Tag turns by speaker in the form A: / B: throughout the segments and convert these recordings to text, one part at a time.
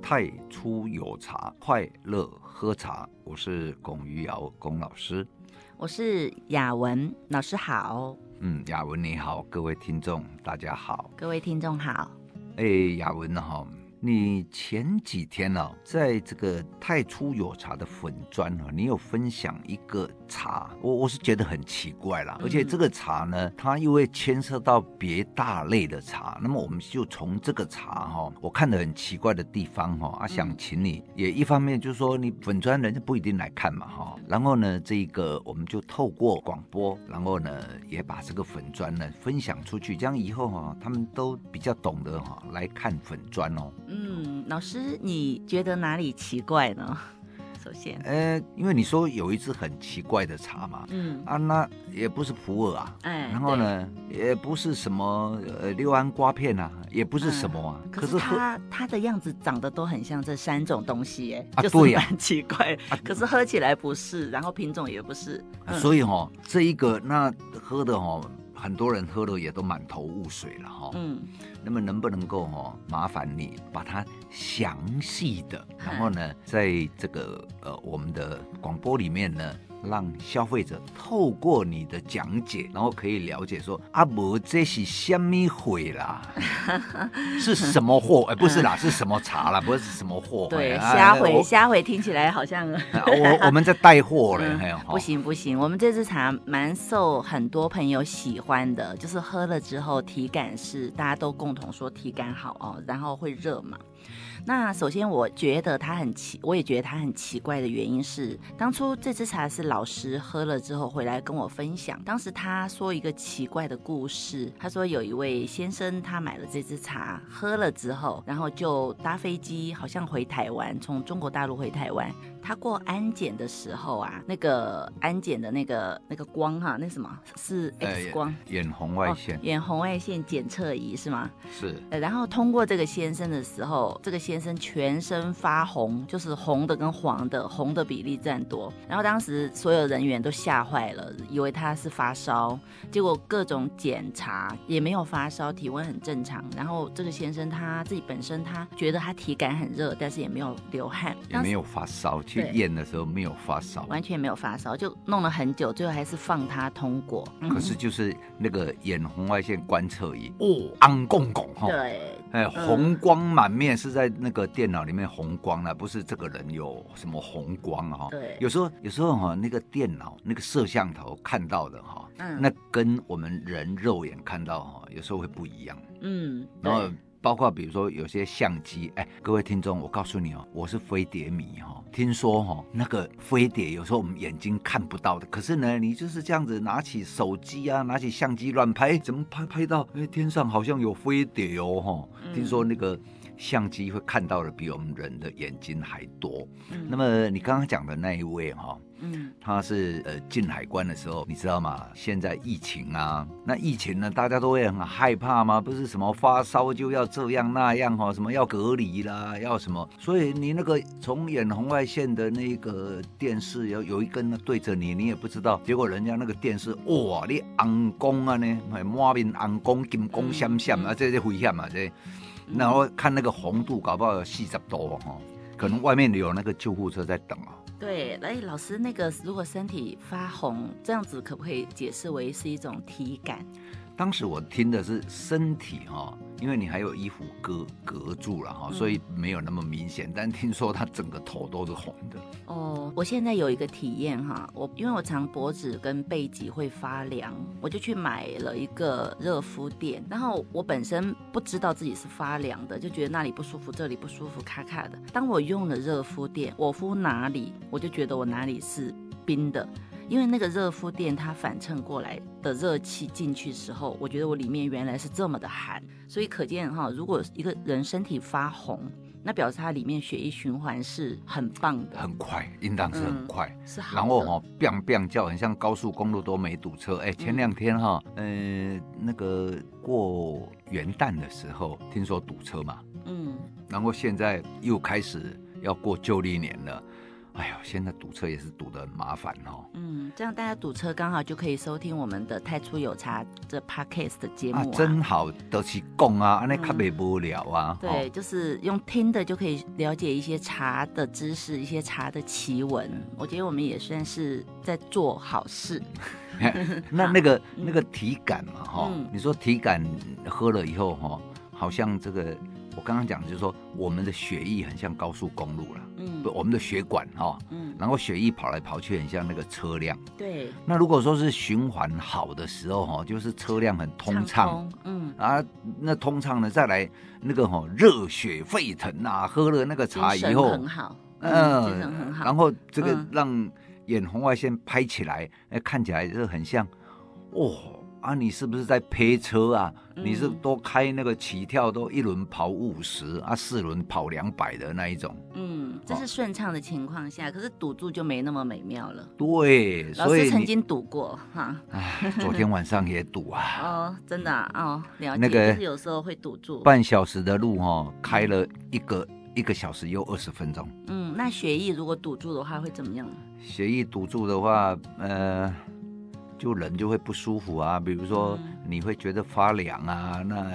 A: 太初有茶，快乐喝茶。我是龚于尧，龚老师。
B: 我是雅文老师好，
A: 嗯，雅文你好，各位听众大家好。
B: 各位听众好。
A: 哎，雅文哈、你前几天呢、在这个太初有茶的粉砖啊，你有分享一个茶，我我是觉得很奇怪啦。
B: 嗯
A: 而且这个茶呢，它因为牵涉到别大类的茶，那么我们就从这个茶哈、我看得很奇怪的地方哈、啊，想请你也一方面就是说你粉砖人家不一定来看嘛哈、然后呢，这个我们就透过广播，然后呢也把这个粉砖呢分享出去，这样以后哈、他们都比较懂得哈、来看粉砖哦。
B: 嗯，老师你觉得哪里奇怪呢？ 首先，
A: 呃，因为你说有一支很奇怪的茶嘛，
B: 嗯，
A: 啊，那也不是普洱啊，
B: 哎，
A: 然后呢，也不是什么呃六安瓜片啊，也不是什么啊，
B: 对？嗯可
A: 可是
B: 是
A: 喝
B: 它它的样子长得都很像这三种东西耶，
A: 啊
B: 就是
A: 对呀
B: 蛮奇怪。可是喝起来不是，然后品种也不是，嗯
A: 啊所以哈、这一个那喝的哈、很多人喝的也都满头雾水了哈、
B: 嗯，
A: 那么能不能够哈、麻烦你把它详细的，然后
B: 嗯
A: 呢，在这个呃我们的广播里面呢，让消费者透过你的讲解，然后可以了解说啊，无这是什么货 啦，是什么货？哎、不是啦，是什么茶啦，不是什么货。
B: 对，
A: 哎
B: 虾
A: 啊
B: 回
A: 我
B: 虾回听起来好像
A: 啊我我们在带货嘞，
B: 嗯
A: 还有哈
B: 不，行不行，我们这支茶蛮受很多朋友喜欢的，就是喝了之后体感是大家都共同说体感好哦，然后会热嘛。那首先我觉得它很奇，我也觉得它很奇怪的原因是，当初这支茶是老师喝了之后回来跟我分享，当时他说一个奇怪的故事，他说有一位先生他买了这支茶，喝了之后，然后就搭飞机好像回台湾，从中国大陆回台湾，他过安检的时候啊，那个安检的那个那个光哈、那什么是
A: 呃
B: X 光。
A: 眼红外
B: 哦
A: 线、
B: 远红外线检测仪是吗？
A: 是
B: 呃，然后通过这个先生的时候，这个先生全身发红，就是红的跟黄的，红的比例占多。然后当时所有人员都吓坏了，以为他是发烧，结果各种检查也没有发烧，体温很正常。然后这个先生他自己本身他觉得他体感很热，但是也没有流汗，
A: 也没有发烧，去
B: 对
A: 验的时候没有发烧。
B: 完全没有发烧，就弄了很久，最后还是放他通过。嗯
A: 可是就是那个眼红外线观测仪，
B: 哦，
A: 昂拱拱哈，
B: 对，嗯
A: 哎，红光满面是在那个电脑里面红光了，不是这个人有什么红光哈。
B: 对
A: 有时候有时候哈，那个电脑那个摄像头看到的哈，
B: 嗯
A: 那跟我们人肉眼看到哈，有时候会不一样。
B: 嗯，
A: 然后
B: 对，
A: 包括比如说有些相机，哎，各位听众，我告诉你哦，我是飞碟迷哦，听说哦，那个飞碟有时候我们眼睛看不到的，可是呢，你就是这样子拿起手机啊，拿起相机乱拍，哎怎么拍拍到哎天上好像有飞碟哦，哈、
B: 嗯
A: 听说那个相机会看到的比我们人的眼睛还多。
B: 嗯
A: 那么你刚刚讲的那一位哦哈、
B: 嗯
A: 他是呃进海关的时候，你知道吗？现在疫情啊，那疫情呢，大家都会很害怕吗？不是什么发烧就要这样那样哈、哦，什么要隔离啦，要什么？所以你那个从远红外线的那个电视有有一根呢对着你，你也不知道。结果人家那个电视哇，你昂公啊呢，哎满面昂公金光闪闪啊，
B: 嗯
A: 这这危险啊这。
B: 嗯
A: 然后看那个红度，搞不好有四十多哈、哦，可能外面有那个救护车在等哦。
B: 对，哎，老师，那个如果身体发红，这样子可不可以解释为是一种体感？
A: 当时我听的是身体哈、因为你还有衣服隔隔住了哈、
B: 嗯
A: 所以没有那么明显。但听说他整个头都是红的，
B: 哦，我现在有一个体验哈，我因为我常脖子跟背脊会发凉，我就去买了一个热敷垫，然后我本身不知道自己是发凉的，就觉得那里不舒服，这里不舒服，咔咔的。当我用了热敷垫，我敷哪里，我就觉得我哪里是冰的。因为那个热敷垫它反衬过来的热气进去时候，我觉得我里面原来是这么的寒，所以可见哈，如果一个人身体发红，那表示它里面血液循环是很棒的，
A: 很快，应当是很快。
B: 是嗯好的
A: 然后哈、哦，biang biang 叫，很像高速公路都没堵车。哎，前两天哈、呃，那个过元旦的时候，听说堵车嘛，
B: 嗯
A: 然后现在又开始要过旧历年了，哎呦，现在堵车也是堵得很麻烦哦。
B: 嗯，这样大家堵车刚好就可以收听我们的《太初有茶》这 podcast 的节目嗯
A: 啊，真好，都是讲啊，安尼较袂无聊啊。哦
B: 对，就是用听的就可以了解一些茶的知识，一些茶的奇闻。我觉得我们也算是在做好事。
A: 那那个那个体感嘛，哈、
B: 嗯
A: 你说体感喝了以后，哈，好像这个我刚刚讲的就是说，我们的血液很像高速公路了，
B: 嗯
A: 不，我们的血管哈，
B: 嗯，
A: 然后血液跑来跑去，很像那个车辆。
B: 对，
A: 那如果说是循环好的时候，哈，就是车辆很通畅。
B: 通，嗯，
A: 啊，那通畅呢？再来那个哈、热血沸腾啊，喝了那个茶
B: 精
A: 以
B: 神
A: 后，
B: 很好，嗯，精神很
A: 嗯，
B: 好。
A: 然后这个
B: 嗯
A: 让眼红外线拍起来，哎，看起来就很像，哦啊，你是不是在陪车啊？
B: 嗯
A: 你是多开那个起跳都一轮跑五十啊，四轮跑两百的那一种。
B: 嗯，这是顺畅的情况下，可是堵住就没那么美妙了。
A: 对，
B: 老
A: 所以
B: 师
A: 你
B: 曾经堵过哈，
A: 唉昨天晚上也堵啊，
B: 哦，真的啊哦，了解，
A: 那个
B: 就是有时候会堵住。
A: 半小时的路哦，开了一个一个小时又二十分钟，
B: 嗯，那血液如果堵住的话会怎么样？
A: 血液堵住的话，呃，就人就会不舒服啊，比如说
B: 嗯
A: 你会觉得发凉啊。那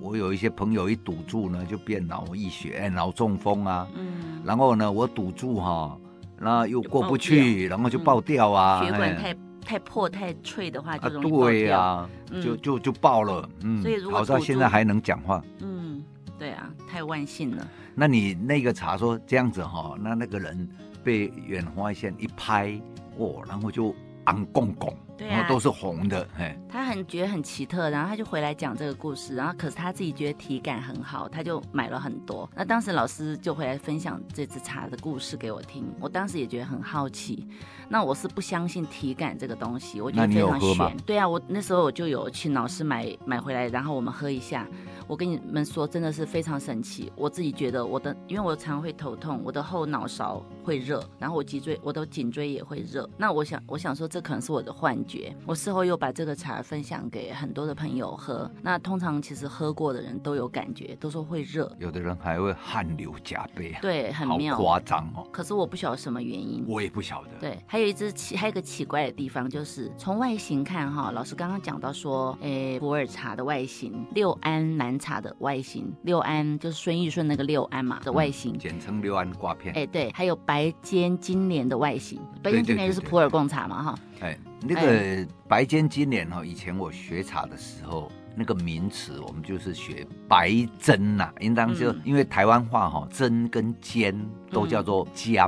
A: 我有一些朋友一堵住呢，就变脑溢血、哎脑中风啊。
B: 嗯，
A: 然后呢，我堵住哈、那又过不去，然后就
B: 嗯
A: 爆掉啊，
B: 血管
A: 哎
B: 太太破太脆的话
A: 啊
B: 就容易爆
A: 对
B: 掉。
A: 呀、
B: 嗯
A: 就就就爆了。嗯，
B: 所以如果
A: 好在
B: 堵住
A: 现在还能讲话。
B: 嗯，对啊，太万幸了。
A: 那你那个茶说这样子哈、那那个人被远红外线一拍，哦，然后就昂拱拱，
B: 对啊
A: 然后哦都是红的，哎，
B: 他很觉得很奇特，然后他就回来讲这个故事，然后可是他自己觉得体感很好，他就买了很多。那当时老师就回来分享这支茶的故事给我听，我当时也觉得很好奇。那我是不相信体感这个东西，我觉
A: 那
B: 得
A: 你
B: 非
A: 有
B: 常
A: 喝吗
B: 玄。对啊，我那时候我就有请老师买买回来，然后我们喝一下。我跟你们说，真的是非常神奇。我自己觉得我的，因为我常会头痛，我的后脑勺会热，然后我脊椎、我的颈椎也会热。那我想，我想说这可能是我的幻觉。我事后又把这个茶分享给很多的朋友喝。那通常其实喝过的人都有感觉，都说会热，
A: 有的人还会汗流浃背，啊
B: 对，很
A: 好
B: 妙。
A: 夸张哦，
B: 可是我不晓得什么原因。
A: 我也不晓得。
B: 对，还有一只奇，还有一个奇怪的地方，就是从外形看哈，老师刚刚讲到说，诶，普洱茶的外形，六安南茶的外形，六安就是孙玉顺那个六安嘛的外形。
A: 简称六安瓜片。
B: 哎，对，还有白尖金莲的外形，白尖金莲就是
A: 对对对
B: 普洱贡茶嘛，哈，
A: 哎，那个白尖金莲哦，以前我学茶的时候，那个名词我们就是学白针呐、应当就、
B: 嗯
A: 因为台湾话哈、哦，针跟尖都叫做尖。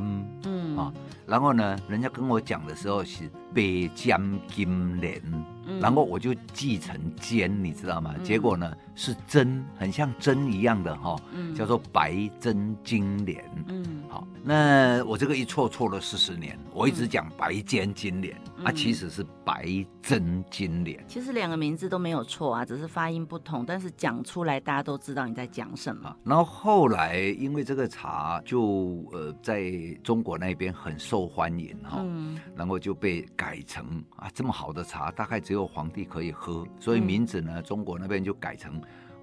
B: 嗯，
A: 啊然后呢，人家跟我讲的时候是白尖金莲，
B: 嗯
A: 然后我就记成尖，你知道吗？
B: 嗯
A: 结果呢是针，很像针一样的哈、哦，
B: 嗯
A: 叫做白针金莲。
B: 嗯
A: 好，那我这个一错错了四十年，我一直讲白尖金莲、啊，
B: 嗯
A: 其实是白真金莲
B: 其实两个名字都没有错啊，只是发音不同，但是讲出来大家都知道你在讲什么
A: 啊。。然后后来因为这个茶就呃在中国那边很受欢迎哈、
B: 嗯
A: 然后就被改成啊这么好的茶，大概只有皇帝可以喝，所以
B: 嗯
A: 名字呢、中国那边就改成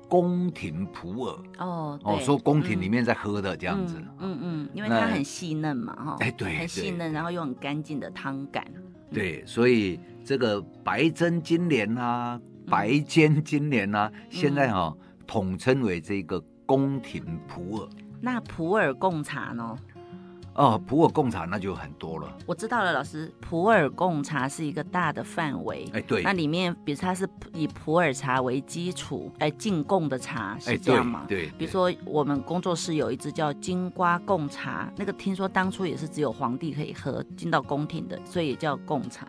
A: 宫廷普洱
B: 哦，
A: 哦，
B: 对
A: 说宫廷
B: 嗯
A: 里面在喝的这样子。
B: 嗯嗯嗯，因为
A: 那
B: 它很细嫩嘛，哈，
A: 哎对
B: 很细
A: 对
B: 嫩，然后又很干净的汤感，
A: 对，所以这个白针金莲啊，白
B: 嗯
A: 尖金莲啊，现在哈、统称为这个宫廷普洱。
B: 那普洱贡茶呢？
A: 哦，普洱贡茶那就很多了。
B: 我知道了，老师，普洱贡茶是一个大的范围。
A: 哎，对，
B: 那里面，比如它是以普洱茶为基础，哎，进贡的茶
A: 哎，
B: 是这样吗
A: 对，？对，
B: 比
A: 对
B: 如说，我们工作室有一支叫金瓜贡茶，那个听说当初也是只有皇帝可以喝，进到宫廷的，所以也叫贡茶。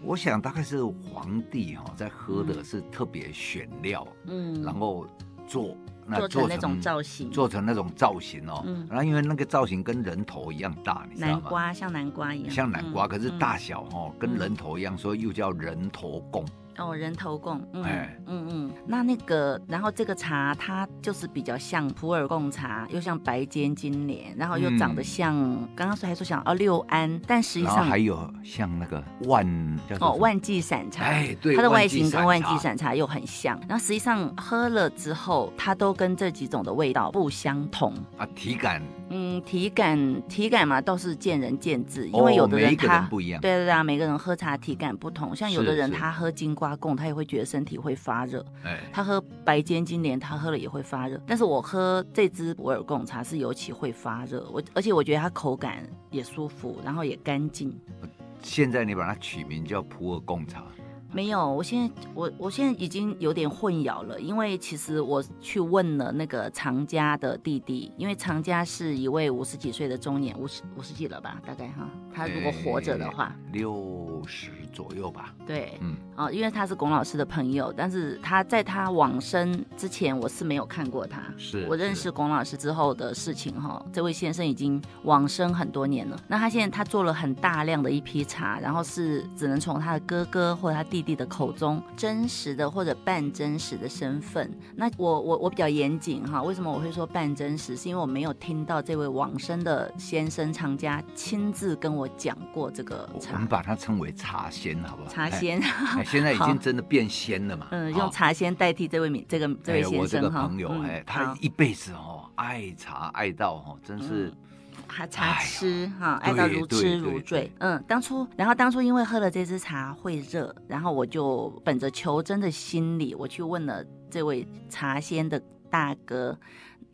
A: 我想大概是皇帝哈、在喝的
B: 嗯
A: 是特别选料，
B: 嗯
A: 然后做
B: 做成那种造型，
A: 做成那种造型哦。
B: 嗯
A: 然后因为那个造型跟人头一样大，你知道
B: 南
A: 吗？
B: 瓜像南瓜一样，
A: 像南瓜，
B: 嗯
A: 可是
B: 嗯
A: 大小哦、跟
B: 嗯
A: 人头一样，所以又叫人头贡。
B: 哦，人头贡，嗯、
A: 哎
B: 嗯嗯，那那个，然后这个茶它就是比较像普洱贡茶，又像白尖金莲，然后又长得
A: 嗯
B: 像，刚刚说还说像哦六安，但实际
A: 然后
B: 上
A: 还有像那个万叫做
B: 哦
A: 什么
B: 万季散茶，
A: 哎对
B: 它的
A: 万
B: 外
A: 季
B: 形跟
A: 散
B: 万
A: 茶
B: 季散茶又很像，然后实际上喝了之后，它都跟这几种的味道不相同，
A: 啊体感
B: 嗯，体感体感嘛，倒是见仁见智，因
A: 哦
B: 为有的
A: 每
B: 人
A: 一个
B: 他、
A: 人不一样
B: 对对对啊，每个人喝茶体感不同。像有的
A: 是
B: 人
A: 是
B: 他喝金瓜贡，他也会觉得身体会发热；
A: 哎，
B: 他喝白尖金莲，他喝了也会发热。但是我喝这支博尔贡茶是尤其会发热，我而且我觉得它口感也舒服，然后也干净。
A: 现在你把它取名叫普洱贡茶，
B: 没有，我现在我我现在已经有点混淆了，因为其实我去问了那个常家的弟弟，因为常家是一位五十几岁的中年，五十五十几了吧，大概哈，他如果活着的话，
A: 哎六十左右吧，
B: 对，
A: 嗯，
B: 哦，因为他是龚老师的朋友，但是他在他往生之前，我是没有看过他。
A: 是
B: 我认
A: 是
B: 识龚老师之后的事情哈，这位先生已经往生很多年了。那他现在他做了很大量的一批茶，然后是只能从他的哥哥或他弟弟的口中真实的或者半真实的身份。那我我我比较严谨哈，为什么我会说半真实？是因为我没有听到这位往生的先生常家亲自跟我讲过这个
A: 我我
B: 茶
A: 们把它称为茶仙，好不好？
B: 茶
A: 哎
B: 仙。
A: 哎，现在已
B: 好
A: 经真的变仙了嘛？
B: 嗯，
A: 好
B: 用茶仙代替这位名这个这位
A: 哎我
B: 先
A: 这
B: 生
A: 个
B: 哈，
A: 朋友，
B: 嗯
A: 哎，他
B: 好
A: 一辈子哦，爱茶爱到哦，真是
B: 嗯还茶
A: 哎呀
B: 痴哈，爱到
A: 对
B: 如
A: 对
B: 痴
A: 对
B: 如
A: 对
B: 醉。嗯，当初，然后当初因为喝了这支茶会热，然后我就本着求真的心理，我去问了这位茶仙的大哥，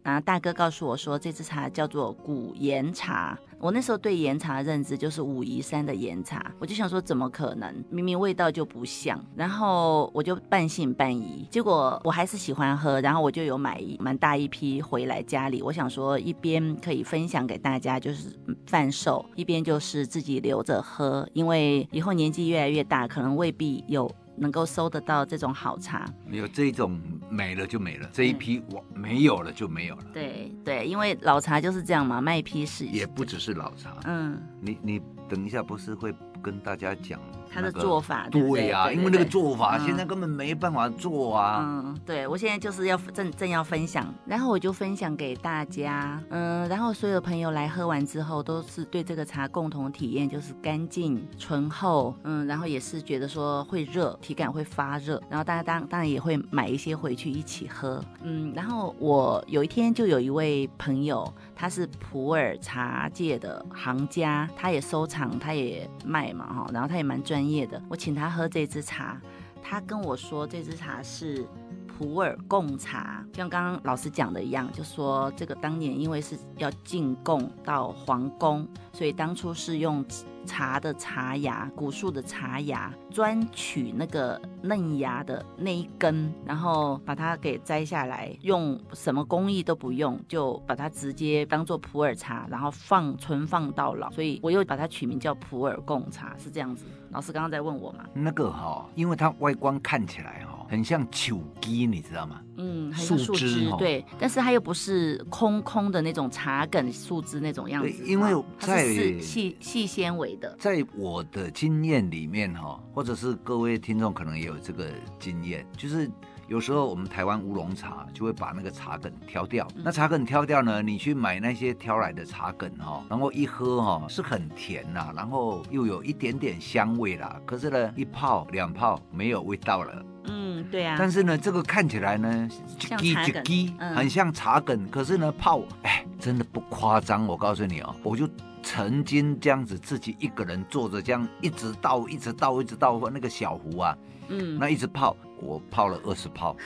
B: 然后大哥告诉我说，这支茶叫做古岩茶。我那时候对岩茶的认知就是武夷山的岩茶，我就想说怎么可能，明明味道就不像，然后我就半信半疑，结果我还是喜欢喝，然后我就有买一蛮大一批回来家里，我想说一边可以分享给大家，就是贩售，一边就是自己留着喝，因为以后年纪越来越大，可能未必有能够收得到这种好茶，
A: 有这种没了就没了，这一
B: 嗯
A: 批我没有了就没有了，
B: 对对，因为老茶就是这样嘛，卖批是
A: 也不只是老茶。
B: 嗯，
A: 你你等一下，不是会跟大家讲
B: 他的
A: 那个
B: 做法对不
A: 对呀，因为那个。做法
B: 嗯
A: 现在根本没办法做
B: 对
A: 啊。
B: 嗯，对，我现在就是要正正要分享，然后我就分享给大家，嗯，然后所有的朋友来喝完之后，都是对这个茶共同体验就是干净、醇厚，嗯，然后也是觉得说会热，体感会发热，然后大家当当然也会买一些回去一起喝，嗯，然后我有一天就有一位朋友，他是普洱茶界的行家，他也收藏，他也卖嘛哈，然后他也蛮专业的，我请他喝这支茶，他跟我说这支茶是普洱贡茶，像刚刚老师讲的一样，就说这个当年因为是要进贡到皇宫，所以当初是用茶的茶芽、古树的茶芽专取那个嫩芽的那一根，然后把它给摘下来，用什么工艺都不用，就把它直接当做普洱茶，然后放存放到老，所以我又把它取名叫普洱贡茶，是这样子。老师刚刚在问我嘛？
A: 那个哈，因为它外观看起来哈，很像球鸡，你知道吗？
B: 嗯，很像
A: 树
B: 树
A: 枝
B: 枝，
A: 哦
B: 对，但是它又不是空空的那种茶梗树枝那种样子
A: 对
B: 哈，
A: 因为
B: 它是
A: 在
B: 细细细纤维的，
A: 在我的经验里面哈，或者是各位听众可能也有这个经验，就是有时候我们台湾乌龙茶就会把那个茶梗挑掉，
B: 嗯
A: 那茶梗挑掉呢，你去买那些挑来的茶梗哈，然后一喝哈是很甜呐、然后又有一点点香味啦，可是呢一泡两泡没有味道了，
B: 嗯，对啊，
A: 但是呢这个看起来呢，
B: 像
A: 叽
B: 茶
A: 叽
B: 梗
A: 叽
B: 嗯
A: 很像茶梗，可是呢泡哎真的不夸张，我告诉你哦，我就。曾经这样子自己一个人坐着，这样一直倒，一直倒，一直倒，那个小壶啊，
B: 嗯，
A: 那一直泡，我泡了二十泡，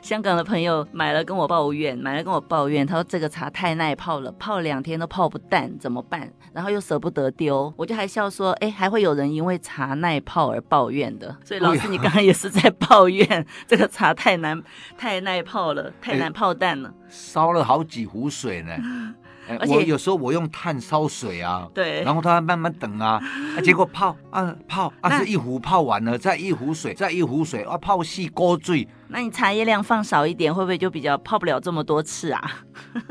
B: 香港的朋友买了跟我抱怨，买了跟我抱怨，他说这个茶太耐泡了，泡两天都泡不淡，怎么办？然后又舍不得丢，我就还笑说，哎，还会有人因为茶耐泡而抱怨的。所以老
A: 哎
B: 师，
A: 呀
B: 你刚刚也是在抱怨 这个茶太难太耐泡了，太
A: 哎
B: 难泡淡了。
A: 烧了好几壶水呢。 哎
B: 而且
A: 我有时候我用炭烧水啊，
B: 对
A: 然后它慢慢等啊，啊结果泡啊泡啊
B: 那
A: 是一壶泡完了，再一壶水，再一壶水啊泡细锅醉，
B: 那你茶叶量放少一点，会不会就比较泡不了这么多次啊？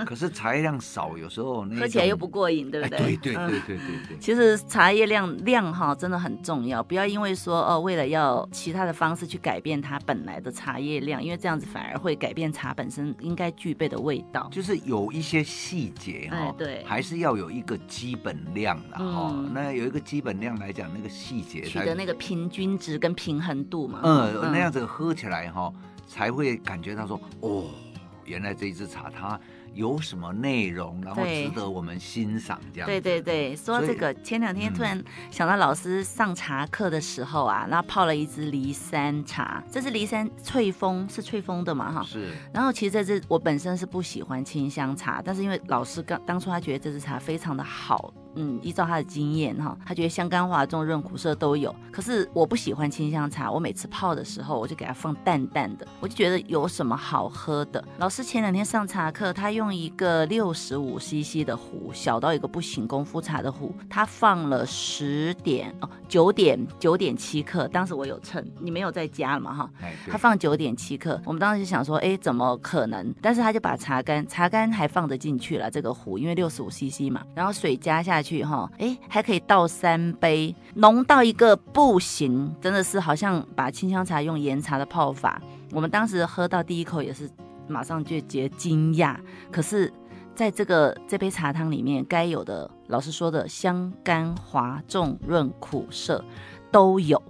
A: 可是茶叶量少，有时候那
B: 喝起来又
A: 种
B: 不过瘾，对不对？
A: 哎、对对
B: 嗯
A: 对对对对。
B: 其实茶叶量量哈真的很重要，不要因为说哦，为了要其他的方式去改变它本来的茶叶量，因为这样子反而会改变茶本身应该具备的味道。
A: 就是有一些细节哈、
B: 哎对
A: 还是要有一个基本量的哈、
B: 嗯
A: 那有一个基本量来讲，那个细节
B: 取
A: 才
B: 得那个平均值跟平衡度嘛。
A: 嗯、那样子喝起来哈、才会感觉到说哦，原来这一支茶它有什么内容，然后
B: 对
A: 值得我们欣赏这样。
B: 对对对，说
A: 所以嗯
B: 这个，前两天突然想到老师上茶课的时候啊，那泡了一支梨山茶，这是梨山翠峰，是翠峰的嘛哈。
A: 是
B: 然后其实这支我本身是不喜欢清香茶，但是因为老师刚当初他觉得这支茶非常的好，嗯，依照他的经验哈，他觉得香甘华重润苦涩都有。可是我不喜欢清香茶，我每次泡的时候我就给它放淡淡的，我就觉得有什么好喝的。老师前两天上茶课，他用一个六十五 CC 的壶，小到一个不行，功夫茶的壶，他放了十点哦九点九点七克，当时我有称，你没有在家了嘛哈？
A: 哎，对
B: 他放九点七克，我们当时就想说，哎，怎么可能？但是他就把茶干，茶干还放得进去了这个壶，因为六十五 CC 嘛，然后水加下去哈，哎，还可以倒三杯，浓到一个不行，真的是好像把清香茶用岩茶的泡法，我们当时喝到第一口也是马上就觉得惊讶，可是。在这个这杯茶汤里面，该有的老师说的香甘滑重润苦涩都有，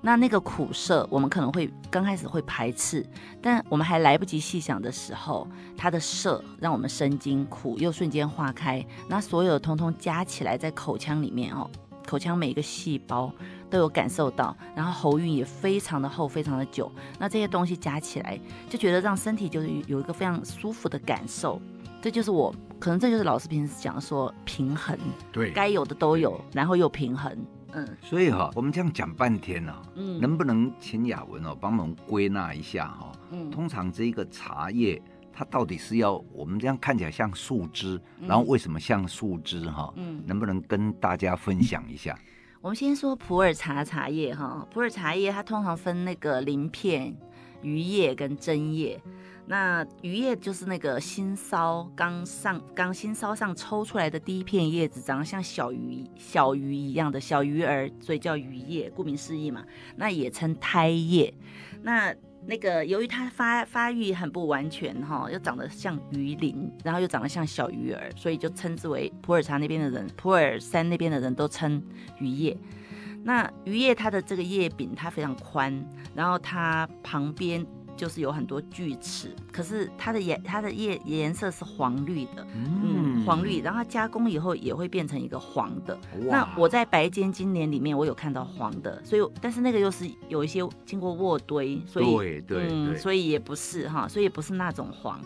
B: 那那个苦涩，我们可能会刚开始会排斥，但我们还来不及细想的时候，它的涩让我们生津，苦又瞬间化开，那所有通通加起来在口腔里面哦，口腔每一个细胞都有感受到，然后喉韵也非常的厚，非常的久，那这些东西加起来，就觉得让身体就是有一个非常舒服的感受。这就是我，可能这就是老师平时讲说平衡，
A: 对
B: 该有的都有，然后又平衡，嗯
A: 所以哈、我们这样讲半天呢、
B: 嗯
A: 能不能请雅文哦帮忙归纳一下哈、
B: 嗯
A: 通常这一个茶叶，它到底是要我们这样看起来像树枝，
B: 嗯
A: 然后为什么像树枝哈、
B: 嗯。
A: 能不能跟大家分享一下？
B: 我们先说普洱茶茶叶哈，普洱茶叶它通常分那个鳞片、鱼叶跟针叶。那鱼叶就是那个新梢刚上刚新梢上抽出来的第一片叶子，长得像小鱼小鱼一样的小鱼儿，所以叫鱼叶，顾名思义嘛。那也称胎叶。那那个由于它发发育很不完全哈、又长得像鱼鳞，然后又长得像小鱼儿，所以就称之为普洱茶那边的人，普洱山那边的人都称鱼叶。那鱼叶它的这个叶柄它非常宽，然后它旁边就是有很多锯齿，可是它的颜它的叶颜色是黄绿的，嗯，黄绿，然后它加工以后也会变成一个黄的。那
A: 哇
B: 我在白间今年里面，我有看到黄的，所以但是那个又是有一些经过渥堆，所以
A: 对对
B: 嗯，
A: 对，
B: 所以也不是哈，所以也不是那种黄。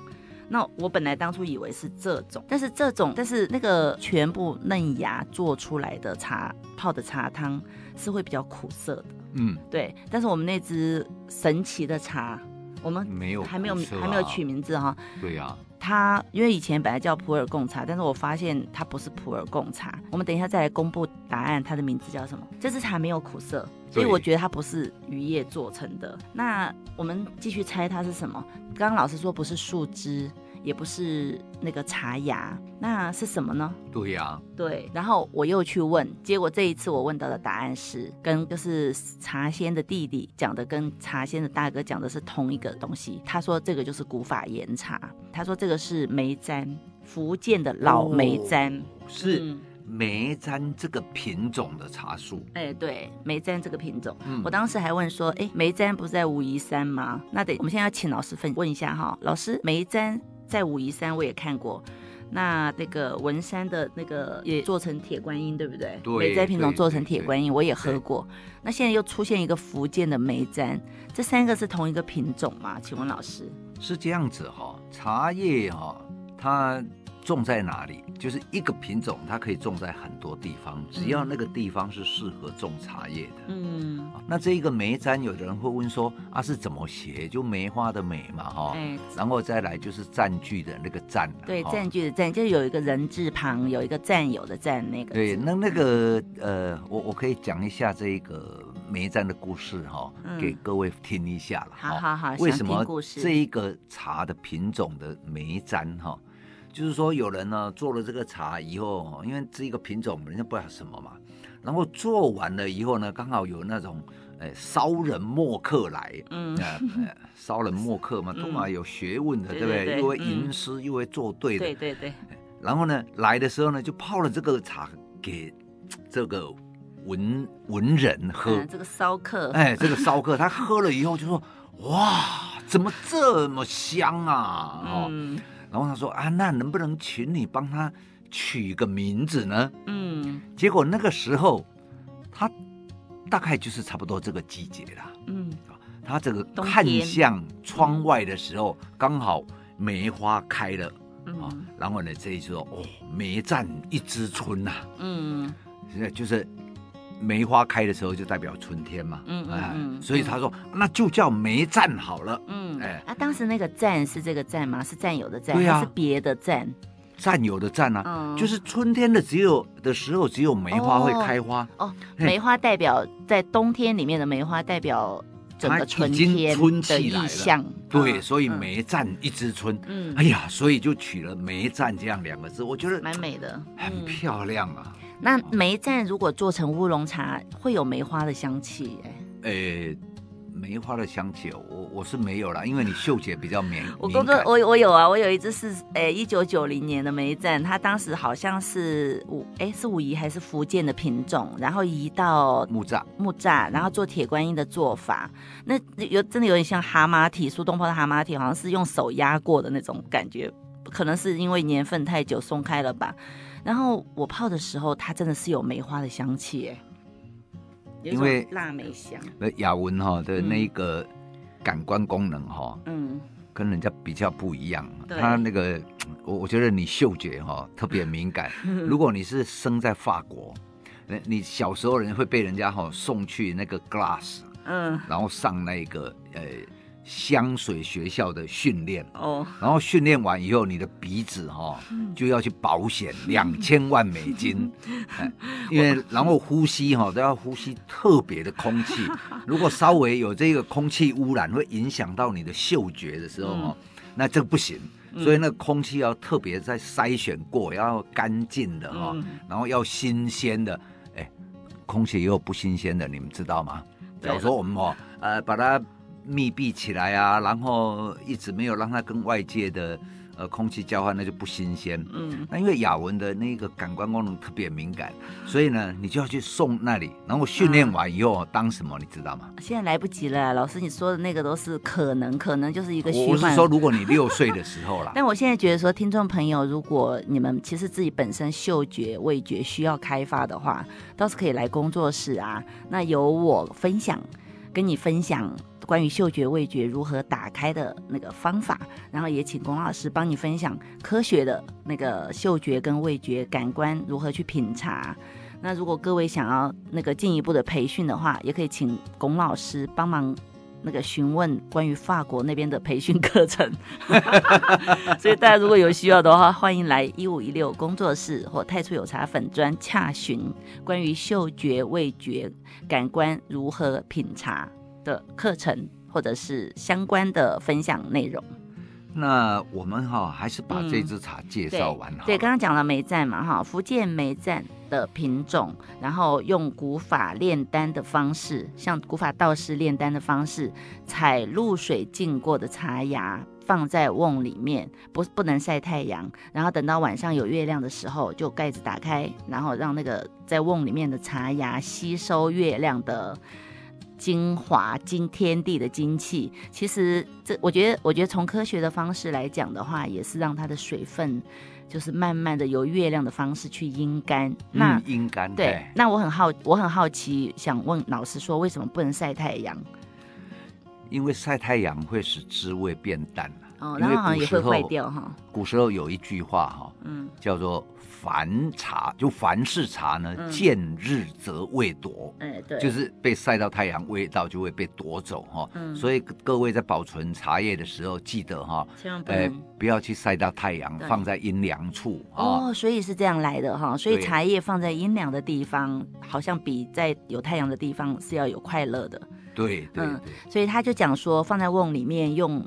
B: 那我本来当初以为是这种，但是这种，但是那个全部嫩芽做出来的茶泡的茶汤是会比较苦涩的，
A: 嗯，
B: 对。但是我们那支神奇的茶，我们
A: 没有
B: 哦还没有、
A: 苦涩啊
B: 还没有取名字哈，
A: 对啊，
B: 它因为以前本来叫普洱贡茶，但是我发现它不是普洱贡茶。我们等一下再来公布答案，它的名字叫什么？这支茶没有苦涩，所以
A: 对
B: 我觉得它不是渔业做成的。那我们继续猜它是什么？刚刚老师说不是树枝，也不是那个茶芽，那是什么呢？
A: 对啊，
B: 对，然后我又去问，结果这一次我问到的答案是跟就是茶仙的弟弟讲的，跟茶仙的大哥讲的是同一个东西。他说这个就是古法岩茶，他说这个是梅毡，福建的老梅
A: 哦
B: 毡。
A: 是
B: 嗯
A: 梅毡这个品种的茶树，
B: 哎、对，梅毡这个品种，
A: 嗯
B: 我当时还问说，哎，梅毡不是在武夷山吗？那得我们现在要请老师分问一下哈，老师，梅毡在武夷山我也看过。那那个文山的那个也做成铁观音，对不对？
A: 对
B: 梅毡品种
A: 对
B: 做成
A: 对
B: 铁
A: 对
B: 观音，我也
A: 对
B: 喝过。那现在又出现一个福建的梅毡，这三个是同一个品种吗？请问老师？
A: 是这样子哈、茶叶哈、它种在哪里，就是一个品种，它可以种在很多地方，只要那个地方是适合种茶叶的。
B: 嗯，
A: 啊那这一个梅毡，有的人会问说啊是怎么写？就梅花的梅嘛哈、
B: 哎，
A: 然后再来就是占据的那个占、啊，
B: 对，
A: 哈
B: 占据的占，就有一个人字旁，有一个占有的占，那个
A: 对，
B: 字
A: 那那个呃，我我可以讲一下这个梅占的故事哈、
B: 嗯
A: 给各位听一下了。
B: 好
A: 哈
B: 好好，
A: 为
B: 想
A: 什
B: 听
A: 么
B: 故事？
A: 这一个茶的品种的梅毡哈、就是说有人呢做了这个茶以后哈，因为这一个品种人家不知道什么嘛，然后做完了以后呢，刚好有那种呃骚人墨客来，
B: 嗯
A: 呃呃骚人墨客嘛，
B: 嗯
A: 都嘛有学问的，
B: 对
A: 对不
B: 对对
A: 对？又会
B: 嗯
A: 吟诗，又会作对的
B: 对，对对，
A: 然后呢，来的时候呢，就泡了这个茶给这个文文人喝。
B: 嗯，这个骚客，
A: 哎，这个骚客他喝了以后就说：“哇，怎么这么香啊！”哦，
B: 嗯，
A: 然后他说啊，那能不能请你帮他取个名字呢？
B: 嗯
A: 结果那个时候，他大概就是差不多这个季节啦。
B: 嗯，
A: 他这个
B: 冬天
A: 看向窗外的时候，刚好梅花开了啊、
B: 嗯
A: 然后呢，这一说哦，梅占一枝春呐、
B: 嗯
A: 是就是梅花开的时候就代表春天嘛。哎
B: 嗯嗯嗯
A: 所以他说那就叫梅占好了，
B: 嗯，
A: 哎
B: 啊，当时那个站是这个站吗？是战友的站，
A: 对啊
B: 还是别的站？
A: 占有的占啊。
B: 嗯，
A: 就是春天的只有的时候，只有梅花会开花，
B: 哦，
A: 嘿
B: 梅花代表在冬天里面的梅花代表整
A: 它
B: 个
A: 已
B: 春
A: 经
B: 天
A: 春
B: 的
A: 气来
B: 意
A: 了
B: 象，
A: 对，
B: 嗯
A: 所以
B: 嗯
A: 梅占一枝春。
B: 嗯
A: 哎呀，所以就取了“梅站”这样两个字，我觉得
B: 蛮嗯美的，
A: 很漂亮啊。
B: 嗯。那梅站如果做成乌龙茶，会有梅花的香气哎耶。
A: 诶、呃梅花的香气，我我是没有啦，因为你嗅觉比较敏
B: 我
A: 敏
B: 工作
A: 感。
B: 我我有啊，我有一只是诶一九九零年的梅站，它当时好像是武诶是武夷还是福建的品种，然后移到
A: 木栅，
B: 木栅，然后做铁观音的做法，那有真的有点像蛤蟆体，苏东坡的蛤蟆体，好像是用手压过的那种感觉，可能是因为年份太久松开了吧。然后我泡的时候，它真的是有梅花的香气，哎，有一
A: 因
B: 种
A: 为
B: 腊梅香，
A: 那雅文哈的
B: 嗯
A: 那一个感官功能哈、
B: 嗯
A: 跟人家比较不一样。
B: 对
A: 他那个，我我觉得你嗅觉哈、特别敏感。 如果你是生在法国，那你小时候人会被人家哈、送去那个 glass，
B: 嗯
A: 然后上那个呃香水学校的训练。
B: 哦，
A: 然后训练完以后，你的鼻子哈、就要去保险两千万美金，哎因为然后呼吸哈、都要呼吸特别的空气，如果稍微有这个空气污染会影响到你的嗅觉的时候哈、那这个不行。所以那个空气要特别再筛选过，要干净的哈、
B: 嗯
A: 然后要新鲜的。哎，空气也有不新鲜的，你们知道吗？
B: 对
A: 假如说我们哦，呃，把它密闭起来啊，然后一直没有让它跟外界的呃空气交换，那就不新鲜。
B: 嗯
A: 那因为雅文的那个感官功能特别敏感，所以呢，你就要去送那里，然后训练完以后、
B: 嗯
A: 当什么，你知道吗？
B: 现在来不及了，老师你说的那个都是可能，可能就是一个
A: 我
B: 虚
A: 我是
B: 幻
A: 说，如果你六岁的时 候啦，
B: 但我现在觉得说，听众朋友，如果你们其实自己本身嗅觉、味觉需要开发的话，倒是可以来工作室啊。那由我分享，跟你分享关于嗅觉、味觉如何打开的那个方法，然后也请龚老师帮你分享科学的那个嗅觉跟味觉感官如何去品茶。那如果各位想要那个进一步的培训的话，也可以请龚老师帮忙那个询问关于法国那边的培训课程。所以大家如果有需要的话，欢迎来一五一六工作室或太初有茶粉专洽询关于嗅觉、味觉、感官如何品茶的课程，或者是相关的分享内容。
A: 那我们哈、还是把这支茶介绍完好了
B: 嗯对，刚刚讲了梅赞嘛，哈，福建梅赞的品种，然后用古法炼丹的方式，像古法道士炼丹的方式，采露水浸过的茶芽。放在瓮里面，不不能晒太阳，然后等到晚上有月亮的时候，就盖子打开，然后让那个在瓮里面的茶芽吸收月亮的精华、精天地的精气。其实这，我觉得，我觉得从科学的方式来讲的话，也是让它的水分就是慢慢的由月亮的方式去阴干。那、
A: 嗯、应该
B: 对，那我很好，我很好奇，想问老师说，为什么不能晒太阳？
A: 因为晒太阳会使滋味变淡啊
B: 哦，
A: 因
B: 然
A: 为
B: 后好像也
A: 古时
B: 会
A: 候
B: 坏掉哈。
A: 古时候有一句话哈、
B: 嗯
A: 叫做凡茶，就凡是茶呢，
B: 嗯
A: 见日则味夺，
B: 哎，对，
A: 就是被晒到太阳，味道就会被夺走哈、
B: 嗯
A: 所以各位在保存茶叶的时候，记得哈、
B: 千万不
A: 呃
B: 能。，
A: 不要去晒到太阳，
B: 嗯对
A: 放在阴凉处啊、
B: 哦，所以是这样来的哈，所以
A: 对
B: 茶叶放在阴凉的地方，好像比在有太阳的地方是要有快乐的。
A: 对对
B: 嗯
A: 对，
B: 所以他就讲说，放在瓮里面用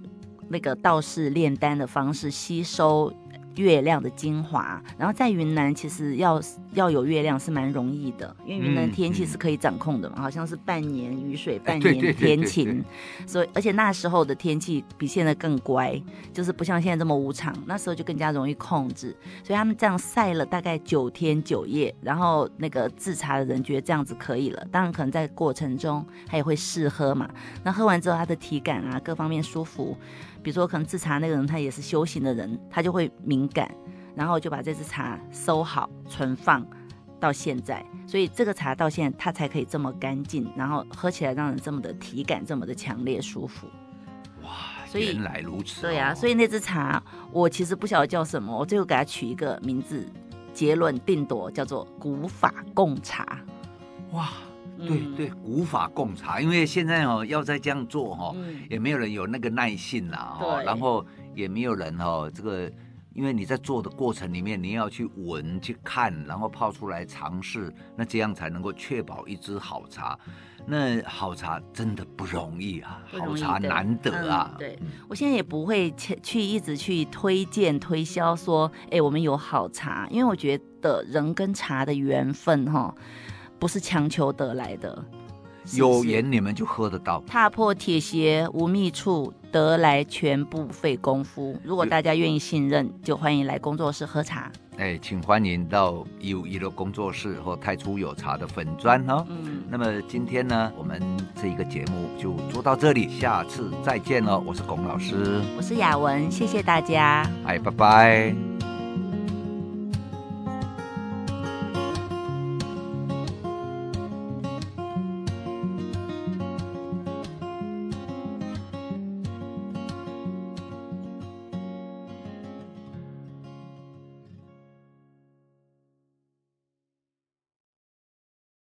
B: 那个道士炼丹的方式吸收月亮的精华，然后在云南其实要要有月亮是蛮容易的，因为云南
A: 嗯
B: 天气
A: 嗯
B: 是可以掌控的嘛，好像是半年雨水，半
A: 哎对
B: 年
A: 对对
B: 天
A: 对
B: 晴
A: 对，
B: 所以而且那时候的天气比现在更乖，就是不像现在这么无常，那时候就更加容易控制。所以他们这样晒了大概九天九夜，然后那个制茶的人觉得这样子可以了，当然可能在过程中他也会试喝嘛。那喝完之后，他的体感啊各方面舒服，比如说可能制茶那个人他也是修行的人，他就会敏感，然后就把这支茶收好存放。到现在，所以这个茶到现在它才可以这么干净，然后喝起来让人这么的体感这么的强烈舒服。
A: 哇，
B: 嗯所以
A: 原来如此、哦。
B: 对啊，所以那只茶我其实不晓得叫什么，我最后给它取一个名字，结论定夺，叫做古法贡茶。
A: 哇，对
B: 嗯
A: 对，无法共茶，因为现在哦要再这样做哦，
B: 嗯，
A: 也没有人有那个耐性啦，哦，
B: 对
A: 然后也没有人哦，这个，因为你在做的过程里面，你要去闻、去看，然后泡出来尝试，那这样才能够确保一支好茶。那好茶真的不容易啊，
B: 不
A: 好
B: 容易
A: 茶
B: 对
A: 难得啊。
B: 嗯对我现在也不会去去一直去推荐推销说，哎，我们有好茶，因为我觉得人跟茶的缘分哈、不是强求得来的，是
A: 有
B: 是
A: 缘你们就喝得到。
B: 踏破铁鞋无觅处，得来全不费工夫。如果大家愿意信任，就欢迎来工作室喝茶。
A: 哎，请欢迎到一五一六工作室或太初有茶的粉砖哦。
B: 嗯，
A: 那么今天呢，我们这一个节目就做到这里，下哦次再见了。我是龚老师，
B: 我是雅文，谢谢大家。
A: 哎，拜拜。